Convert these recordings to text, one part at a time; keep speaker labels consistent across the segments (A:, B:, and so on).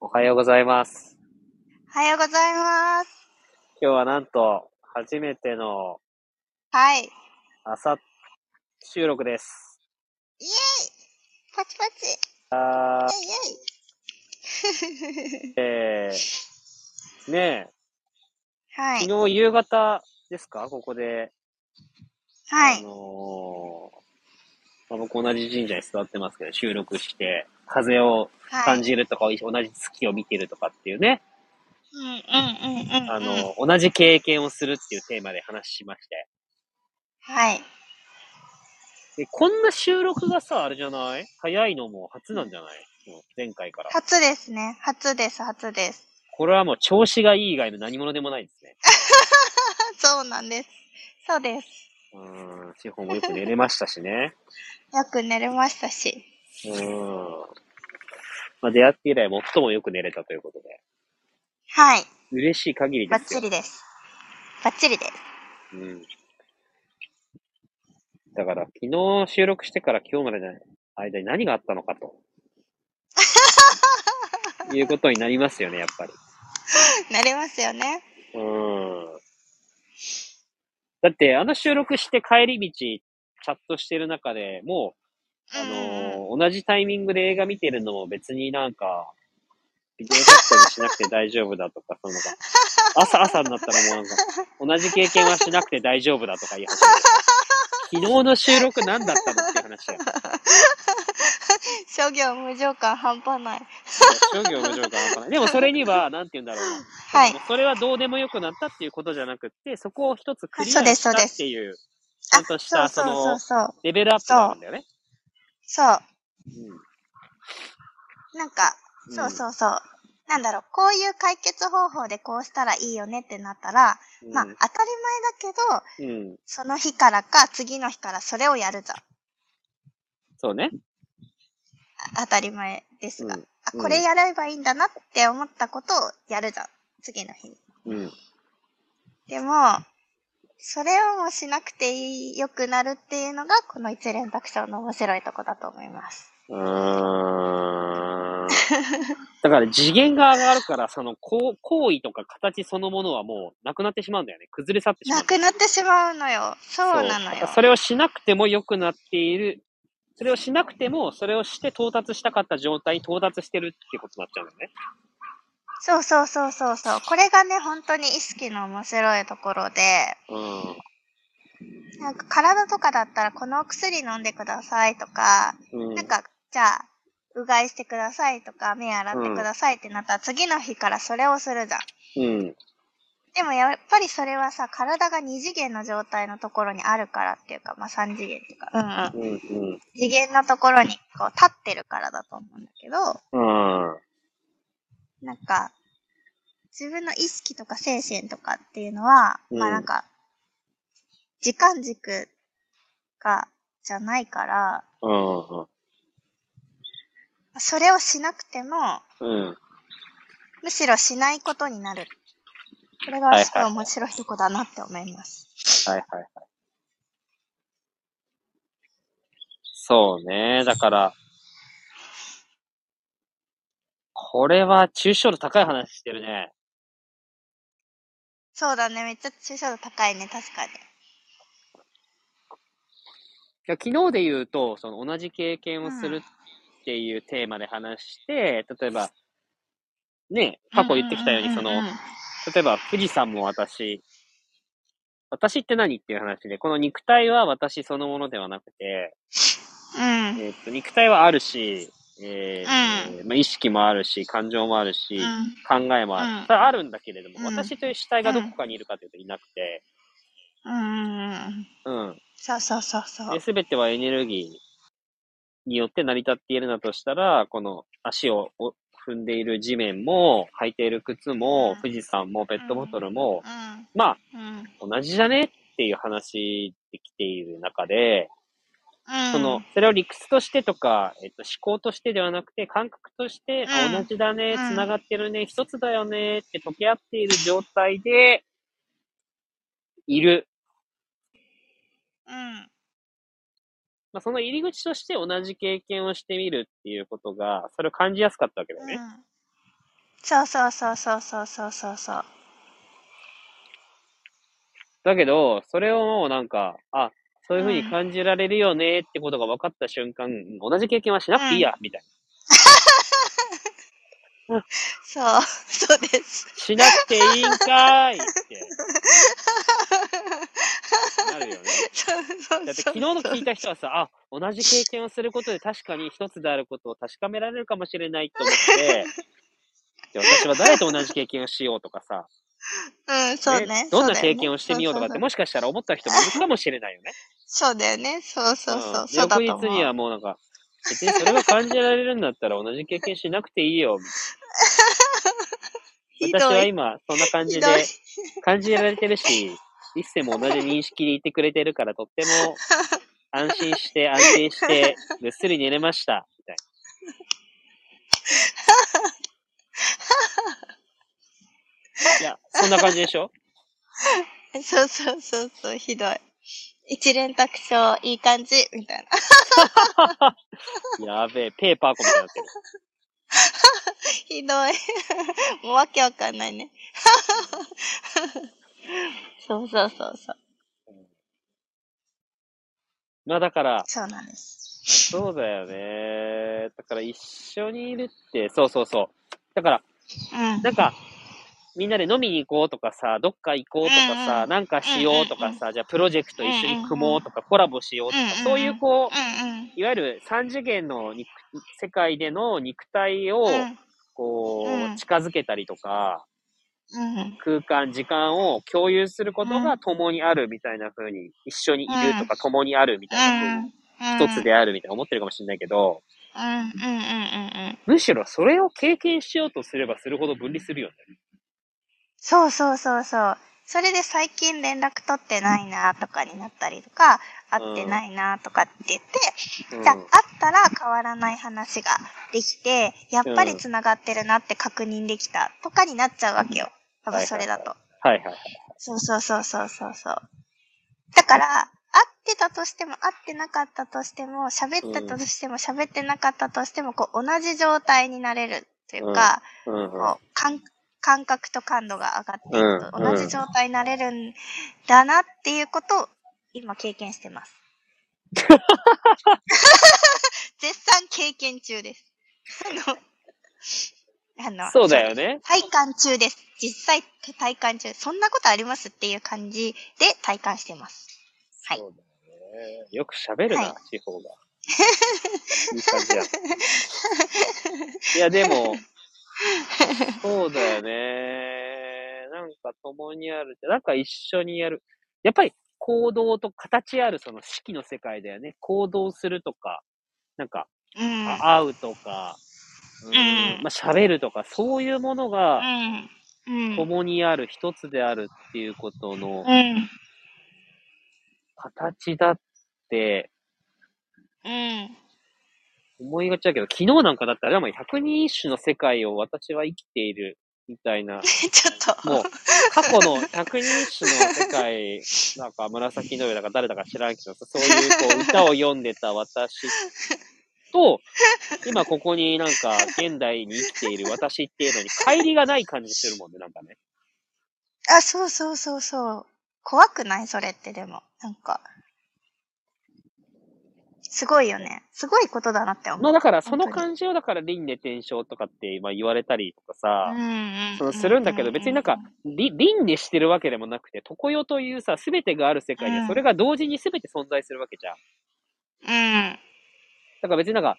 A: おはようございます。
B: おはようございます。
A: 今日はなんと、初めての
B: はい。イエーイ
A: 朝収録です。
B: パチパチ
A: あ
B: イ
A: ー
B: エーイ
A: えー、ね
B: は
A: え、
B: い。
A: 昨日夕方ですかここで。
B: は
A: あ
B: い。
A: のーまあ、僕同じ神社に座ってますけど、収録して、風を
B: は
A: 感
B: い。
A: じるとか、同じ月を見てるとかっていうね、
B: うんうんうんうんうん。
A: あのー同じ経験をするっていうテーマで話しまして。
B: はい。
A: でこんな収録がさ、あれじゃない早いのも初なんじゃないもう前回から。
B: 初ですね。初です、初です。
A: これはもう調子がいい以外の何者でもないですね。
B: あそうなんです。そうです。
A: うーん、地方もよく寝れましたしね。
B: よく寝れましたし。
A: うーん。まあ、出会って以来最もよく寝れたということで。
B: はい。
A: 嬉しい限りで
B: バッ
A: すよ
B: チ。リです。バッチリ です。
A: うん。だから、昨日収録してから今日までの間に何があったのか と。いうことになりますよね、やっぱり。
B: なりますよね。
A: うーん。だって、あの収録して帰り道、チャットしてる中でもう、あ
B: うんうん。
A: のー同じタイミングで映画見てるのも別になんか、ビデオカットにしなくて大丈夫だとか、そのなんか、朝朝になったらもうなんか、同じ経験はしなくて大丈夫だとか言い始めて、昨日の収録何だったのっていう話だよ。
B: 諸行無常感半端ない。
A: 商業無常感わからない。でもそれには、なんて言うんだろうな。
B: はい
A: もう。それはどうでもよくなったっていうことじゃなくって、そこを一つクリア
B: そうです
A: した
B: そうです
A: っていう、ちゃんとし
B: そう
A: た、そ
B: そ
A: う
B: そう
A: の、
B: そう。
A: レベルアップがあるんだよね。
B: そう。
A: うん
B: なんか、
A: うん
B: そうそうそう。なんだろう、こういう解決方法でこうしたらいいよねってなったら、
A: うん
B: まあ当たり前だけど、
A: うん。
B: その日からか次の日からそれをやるぞ。
A: そうね。
B: あ当たり前ですが、
A: うん
B: あ、
A: うん
B: これやればいいんだなって思ったことをやるぞ。次の日に。
A: うん。
B: でも、それをもうしなくていい良くなるっていうのが、この一連卓上の面白いとこだと思います。
A: う ーんだから次元が上がるから、その行行為とか形そのものはもうなくなってしまうんだよね。崩れ去ってしまう
B: なん
A: だよ。
B: くなってしまうのよ。そうなの
A: そ
B: よ。
A: それをしなくても良くなっている。それをしなくても、それをして到達したかった状態に到達してるってことになっちゃうんだよね。
B: そうそうそうそうそう。これがね、本当に意識の面白いところで、なんか体とかだったらこのお薬飲んでくださいとか、
A: うん。うん
B: なんかじゃあ、うがいしてくださいとか、目洗ってくださいってなったら次の日からそれをするじゃん。
A: うん。
B: でもやっぱりそれはさ、体が二次元の状態のところにあるからっていうか、まあ三次元っていうか、うんうん。
A: うん。うん。
B: 次元のところにこう立ってるからだと思うんだけど、
A: うん。
B: なんか、自分の意識とか精神とかっていうのは、
A: うん
B: まあなんか、時間軸が、じゃないから、
A: うん。
B: それをしなくても、
A: うん。
B: むしろしないことになる。こ
A: は
B: れ
A: いは
B: が
A: い
B: すごい面白いとこだなって思います。
A: はいはいはい。そうね。だから、これは抽象度高い話してるね。
B: そうだね、めっちゃ抽象度高いね、確かに。
A: いや昨日で言うと、その同じ経験をするっていうテーマで話して、例えば、ね、過去言ってきたように、そ
B: んんん
A: の
B: ん、ん
A: 例えば富士山も私、私って何っていう話で、この肉体は私そのものではなくて、
B: うん。
A: えーっと肉体はあるし、えーまあ、意識もあるし、感情もあるし、
B: うん。
A: 考えもある。
B: うん
A: それはあるんだけれども、
B: うん
A: 私という主体がどこかにいるかというといなくて、
B: うんうん。
A: うん。
B: そうそうそうそう。
A: すべてはエネルギーによって成り立っているのだとしたら、この足をお踏んでいる地面も、履いている靴も
B: うん、
A: 富士山もペットボトルも、
B: うん。
A: まあ、
B: うん。
A: 同じじゃねっていう話できている中で、
B: うん。
A: その、それを理屈としてとか、えっと、思考としてではなくて、感覚として、あ
B: うん
A: 同じだね、
B: うん
A: 繋がってるね、一つだよね、って溶け合っている状態で、いる。
B: うん。
A: まあ、その入り口として同じ経験をしてみるっていうことが、それを感じやすかったわけだよね。
B: うんそうそうそうそうそうそうそうそう。
A: だけど、それをもうなんか、あ、そういう風に感じられるよねってことが分かった瞬間、同じ経験はしなくていいや、みたいな。
B: そう、そうです。
A: しなくていいんかーいっ て。なるよね。
B: そうそう
A: だって
B: そう
A: 昨日の聞いた人はさ、あ、同じ経験をすることで確かに一つであることを確かめられるかもしれないと思って、で私は誰と同じ経験をしようとかさ、
B: うん、そうね。
A: どん
B: そう
A: な
B: だよね
A: 経験をしてみようとかって、
B: そう
A: もしかしたら思った人もいるかもしれないよね。
B: そうそうそうだよね。そうそうそう。
A: んで
B: そうだと
A: 翌
B: 思
A: 日に
B: う。
A: はもうなんか、別にそれが感じられるんだったら同じ経験しなくていいよ。
B: ひどい
A: 私は今、そんな感じ
B: ひ
A: で
B: どい。
A: 感じられてるし、一世も同じ認識でいてくれてるから、とっても安心して、安定して、ぐっすり寝れました。みたいな。いや、そんな感じでしょ
B: そうそうそうそう、ひどい。一連卓章、いい感じ、みたいな。
A: やべえ、ペーパーコみたいになってる。
B: ひどい。 もうわけわかんないね。 そうそうそうそう。
A: まあだから、
B: そうなんです。
A: そうだよね。だから一緒にいるって、そうそうそう。だから、
B: うん。
A: なんか、みんなで飲みに行こうとかさ、どっか行こうとか
B: うん
A: さ
B: う、ん
A: なんかしようとかさ、じゃあプロジェクト一緒に組もうとか、コラボしようと
B: うんうんう
A: か、
B: ん
A: そういうこう、
B: うんうん。
A: いわゆる三次元の肉世界での肉体を
B: うん
A: こ
B: う
A: うん近づけたりとか、
B: うん。
A: 空間、時間を共有すること
B: う
A: が
B: ん
A: 共にあるみたいな風に、一緒にいるとか共にあるみたいな風
B: 一
A: に、一つ。であるみたいな思ってるかもしれないけど、
B: うんうんうんうんうん。
A: むしろそれを経験しようとすればするほど分離するよね。
B: そうそうそうそう。それで最近連絡取ってないなとかになったりとか、会ってないなとかって言って、
A: うん
B: じゃあ会ったら変わらない話ができて、やっぱり繋がってるなって確認できたとかになっちゃうわけよ。多分それだと。
A: はいはいはい。
B: そうそうそうそうそうそう。だから、会ってたとしても会ってなかったとしても、喋ってたとしても喋ってなかったとしても、こう同じ状態になれるというか、
A: うんうん
B: こう感感覚と感度が上がっていくと、
A: うん
B: 同じ状態になれるんだなっていうことを今経験し てます。絶賛経験中です。あの、あ の
A: そうだよね。
B: 体感中です。実際体感中。そんなことありますっていう感じで体感してます。はい
A: そうだよね。よく喋るな、
B: はい
A: 地方 が。いい感じやん。いや、で も、そうだよね。なんか共にあるって、なんか一緒にやる。やっぱり行動と形あるその式の世界だよね。行動するとか、なんか、
B: うん。
A: あ会うとか、うん
B: うん
A: まあ喋るとか、そういうものが
B: うん。うん。
A: 共にある、一つであるっていうことの、
B: うん。
A: 形だって
B: うん。
A: 思いがちだけど、昨日なんかだったら、もう百人一首の世界を私は生きているみた いな、
B: ちょっと。
A: もう過去の百人一首の世界、なんか紫の上だか誰だか知らんけど、そういうこう歌を読んでた私と、今ここになんか現代に生きている私っていうのに乖離がない感じするもんね、なんかね。
B: あ、そうそうそうそう。怖くないそれってでも。なんか。すごいよね。すごいことだなって思
A: ま
B: う。
A: あだからその
B: 本当に
A: 感じをだから輪廻転生とかって今言われたりとかさ、
B: うんうん
A: そのするんだけど、別になんか、り輪廻してるわけでもなくて、常世というさ、すべてがある世界
B: う
A: で、
B: ん
A: それが同時にすべて存在するわけじゃん。
B: うん。
A: だから別になんか、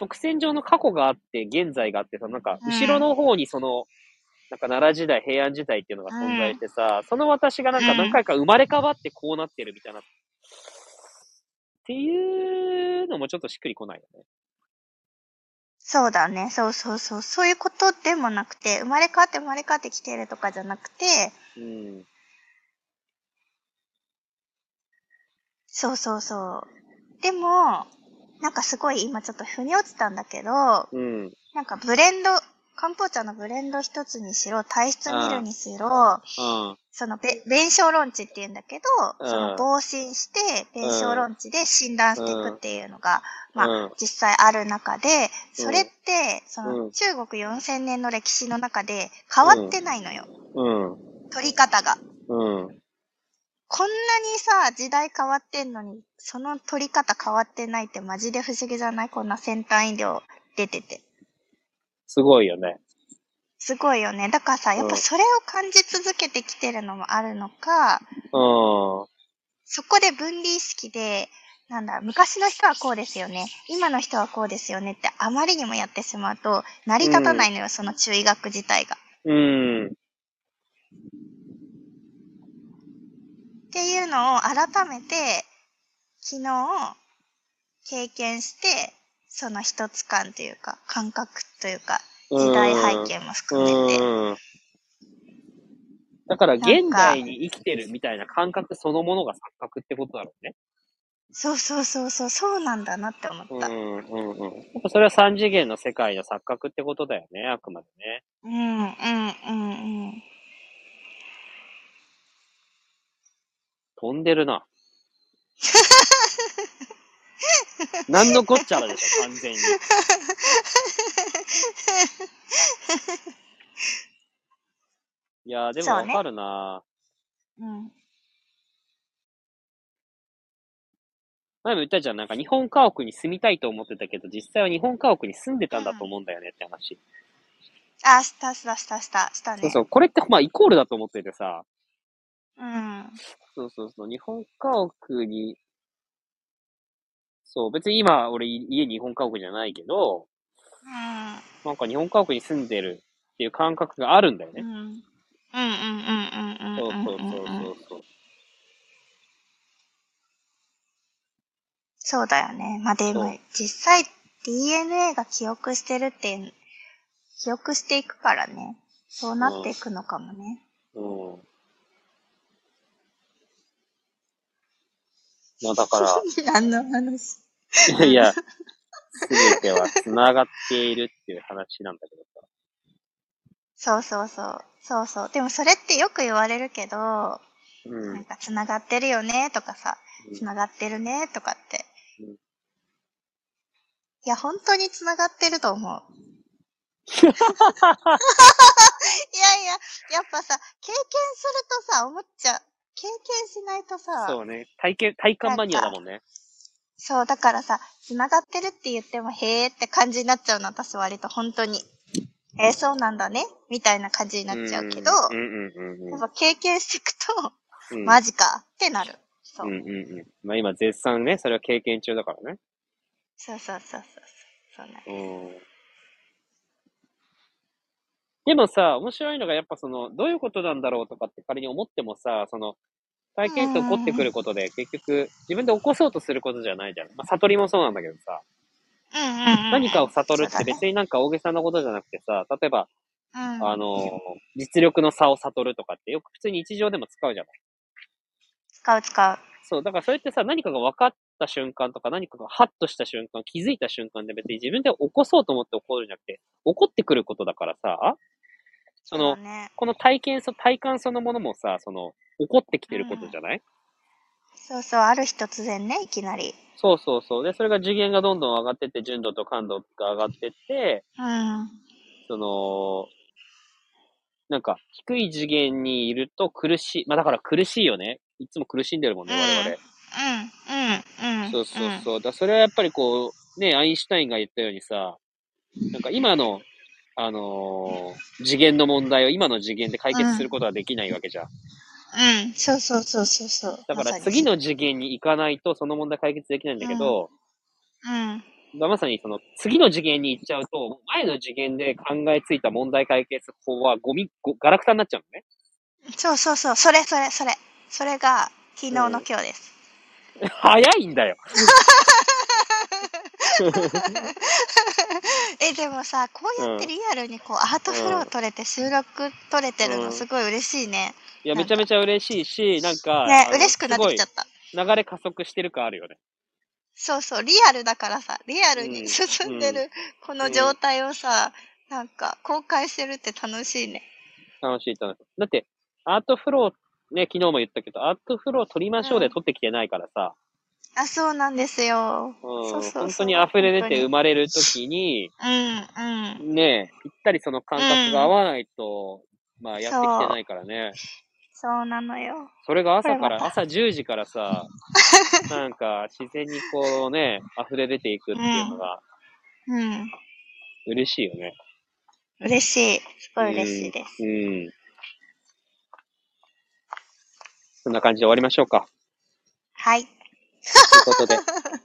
A: 直線上の過去があって、現在があってさ、なんか、
B: うん
A: 後ろの方にその、なんか奈良時代、平安時代っていうのが存在してさ、その私がなんか
B: うん
A: 何回か生まれ変わってこうなってるみたいな。っていうのもちょっとしっくりこないよね。
B: そうだね。そうそうそう。そういうことでもなくて、生まれ変わって生まれ変わってきてるとかじゃなくて、
A: うん。
B: そうそうそう。でも、なんかすごい今ちょっと腑に落ちたんだけど、
A: うん。
B: なんかブレンド、漢方茶のブレンド一つにしろ、体質見るにしろ、
A: うん。
B: そのべ、弁証論知って言うんだけ
A: う
B: ど、
A: ん
B: その、防振して、弁証論知で診断していくっていうのが、まあ、
A: うん
B: 実際ある中で、それって、そ
A: うん
B: の、中国4000年の歴史の中で変わってないのよ。
A: うん。
B: 取り方が。
A: うん。
B: こんなにさ、時代変わってんのに、その取り方変わってないってマジで不思議じゃないこんな先端医療出てて。
A: すごいよね。
B: すごいよね。だからさ、やっ
A: うん
B: ぱそれを感じ続けてきてるのもあるのか、
A: うん。
B: そこで分離意識で、なんだ、昔の人はこうですよね。今の人はこうですよねってあまりにもやってしまうと、成り立たないのよ、その中医学自体が。
A: うん。
B: っていうのを改めて、昨日、経験して、その一つ感というか、感覚というか、時代背景も含めて。
A: うん。だから、現代に生きてるみたいな感覚そのものが錯覚ってことだろうね。
B: そうそうそうそう、そうなんだなって思っ
A: う
B: た。
A: ん、うん、うん。やっぱそれは三次元の世界の錯覚ってことだよね、あくまでね。
B: うん、うん、うん、うん。
A: 飛んでるな。 なんのこっちゃらでしょ、完全 に。いやー、でも
B: そう
A: わ
B: ね
A: かるな。
B: うん、
A: 前も言ったじゃん、なんか日本家屋に住みたいと思ってたけど、実際は日本家屋に住んでたんだと思うんだよねって話。
B: あ、したしたしたした、したね。
A: そうそう、これってまあイコールだと思っててさ、
B: うん。
A: そうそうそう、日本家屋に、そう、別に今俺家日本家屋じゃないけど、
B: うん
A: なんか日本家屋に住んでるっていう感覚があるんだよ
B: う
A: ね。
B: んうんうんうんうん
A: そう
B: うん
A: そう
B: うん
A: そう
B: うんう
A: そ
B: ん
A: うそう。
B: そうだよね。まあで
A: そ
B: も
A: う
B: 実際 DNA が記憶してるって、記憶していくからね。そうなっていくのかもね。
A: うん。まあだから、
B: 何の話
A: いや いや、すべては繋がっているっていう話なんだけどさ。
B: そうそうそう。そうそう。でもそれってよく言われるけど、
A: う
B: なん
A: ん。
B: か繋がってるよねとかさ、繋がってるねとかって
A: うん。
B: いや、本当に繋がってる と思う。いやいや、やっぱさ、経験するとさ、思っちゃう。経験しないとさ、そ
A: そううね。体験、体感マニアだもんね。
B: だからさ、繋がってるって言っても、へーって感じになっちゃうの、私割と本当に。えーそうなんだね、みたいな感じになっちゃうけど、
A: うんうんうんうん
B: やっぱ経験していくと、
A: うん。
B: マジかってなる。そうう。
A: んうんうん。まあ今絶賛ね、それは経験中だからね。
B: そうそうそうそうそう。そうな
A: う
B: ん
A: ん。でもさ、面白いのがやっぱその、どういうことなんだろうとかって仮に思ってもさ、その、体験して起こってくることで、結局、自分で起こそうとすることじゃないじゃん。まあ、悟りもそうなんだけどさ、
B: うんうんうん。
A: 何かを悟る
B: そ
A: って
B: うだね
A: 別になんか大げさなことじゃなくてさ、例えば、
B: うん、
A: あのー、実力の差を悟るとかってよく普通に日常でも使うじゃない。
B: 使う使う。
A: そう、だからそれってさ、何かが分かった瞬間とか、何かがハッとした瞬間、気づいた瞬間で別に自分で起こそうと思って起こるんじゃなくて、起こってくることだからさ、その
B: う、ね、
A: この体験そ、体感そのものもさ、その、起こってきてることじゃない、
B: そうそう、ある日突然ね、いきなり。
A: そうそうそう。で、それが次元がどんどん上がってって、純度と感度が上がってって、
B: うん。
A: その、なんか、低い次元にいると苦しい。まあだから苦しいよね。いつも苦しんでるもんね、
B: うん
A: 我々。
B: うん、うん、うん。
A: そうそうそう。だからそれはやっぱりこう、ね、アインシュタインが言ったようにさ、なんか今の、あのー次元の問題を今の次元で解決することはできないわけじゃん。
B: うん。うん、そうそうそうそうそう。
A: だか
B: まさ
A: ら
B: に
A: 次。の次元に行かないとその問題解決できないんだけど、
B: うん。
A: まあまさにその次の次元に行っちゃうと、前の次元で考えついた問題解決法はゴミ、ごガラクタになっちゃうのね。
B: そうそうそう。それそれそれ。それが昨日の今日です。
A: 早いんだ よ。
B: え、でもさ、こうやってリアルにこう、アートフロー取れて収録取れてる
A: うん
B: のすごい嬉しいね。
A: いや、めちゃめちゃ嬉しいし、なんか、
B: ね
A: あ、の
B: 嬉しくなってきちゃった。
A: すごい流れ加速してる感あるよね。
B: そうそう、リアルだからさ、リアル
A: うん
B: に 進んで
A: う
B: るこの状態をさ、なんか公開してるって楽しいね。
A: 楽しい楽しい。だって、アートフローっね、昨日も言ったけど、アウトフロー取りましょう
B: う
A: で
B: ん
A: 取ってきてないからさ、
B: あ、そうなんですよ。
A: うん
B: そうそうそう
A: 本当に溢れ出て生
B: 本
A: まれるときに、
B: 当にうん、うん。
A: ね、ぴったりその感覚が合わないと、まあやってきてないからね。
B: そうなのよ。
A: それが朝か
B: これま
A: ら、
B: た
A: 朝10時から さ、なんか自然にこうね、溢れ出ていくっていうのが
B: うん。
A: 嬉しいよね。
B: 嬉しい。すごい嬉しいです。
A: うん。そんな感じで終わりましょうか。
B: はい。
A: という ことで。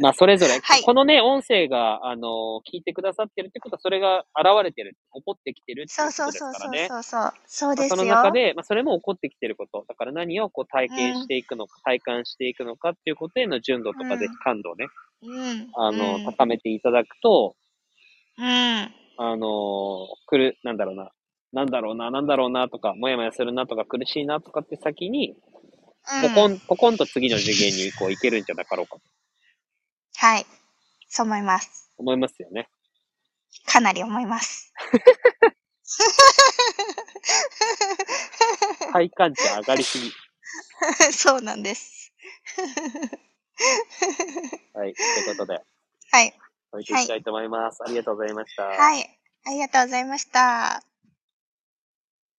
A: まあ、それぞれ、
B: はい
A: このね、音声が、あの聞いてくださってるってことは、それが現れてる、起こってきてるって
B: そ
A: いう
B: う
A: こと
B: そ
A: で
B: う
A: す
B: そ
A: から
B: うそう
A: ね。
B: そうそう。そう
A: まあ
B: です
A: そ
B: よ。
A: の中で、まあ、それも起こってきてること。だから何をこう体験していくのか、体感していくのかっていうことへの純度とか
B: う
A: で
B: ん
A: 感度をね、
B: うん。
A: あの、
B: うん。
A: 高めていただくと、
B: うん。
A: あのくる、なんだろうな、なんだろうな、なんだろうなとか、もやもやするなとか、苦しいなとかって先に、ポコン、ポコンと次の次元にこういけるんじゃなかろうかと
B: はい。そう思います。
A: 思いますよ ね。
B: かなり思います。
A: 体感値上がりすぎ。
B: そうなんです。
A: はい、ということで、
B: はい。
A: 終えていきたいと思います。ありがとうございました。
B: はい。ありがとうございました。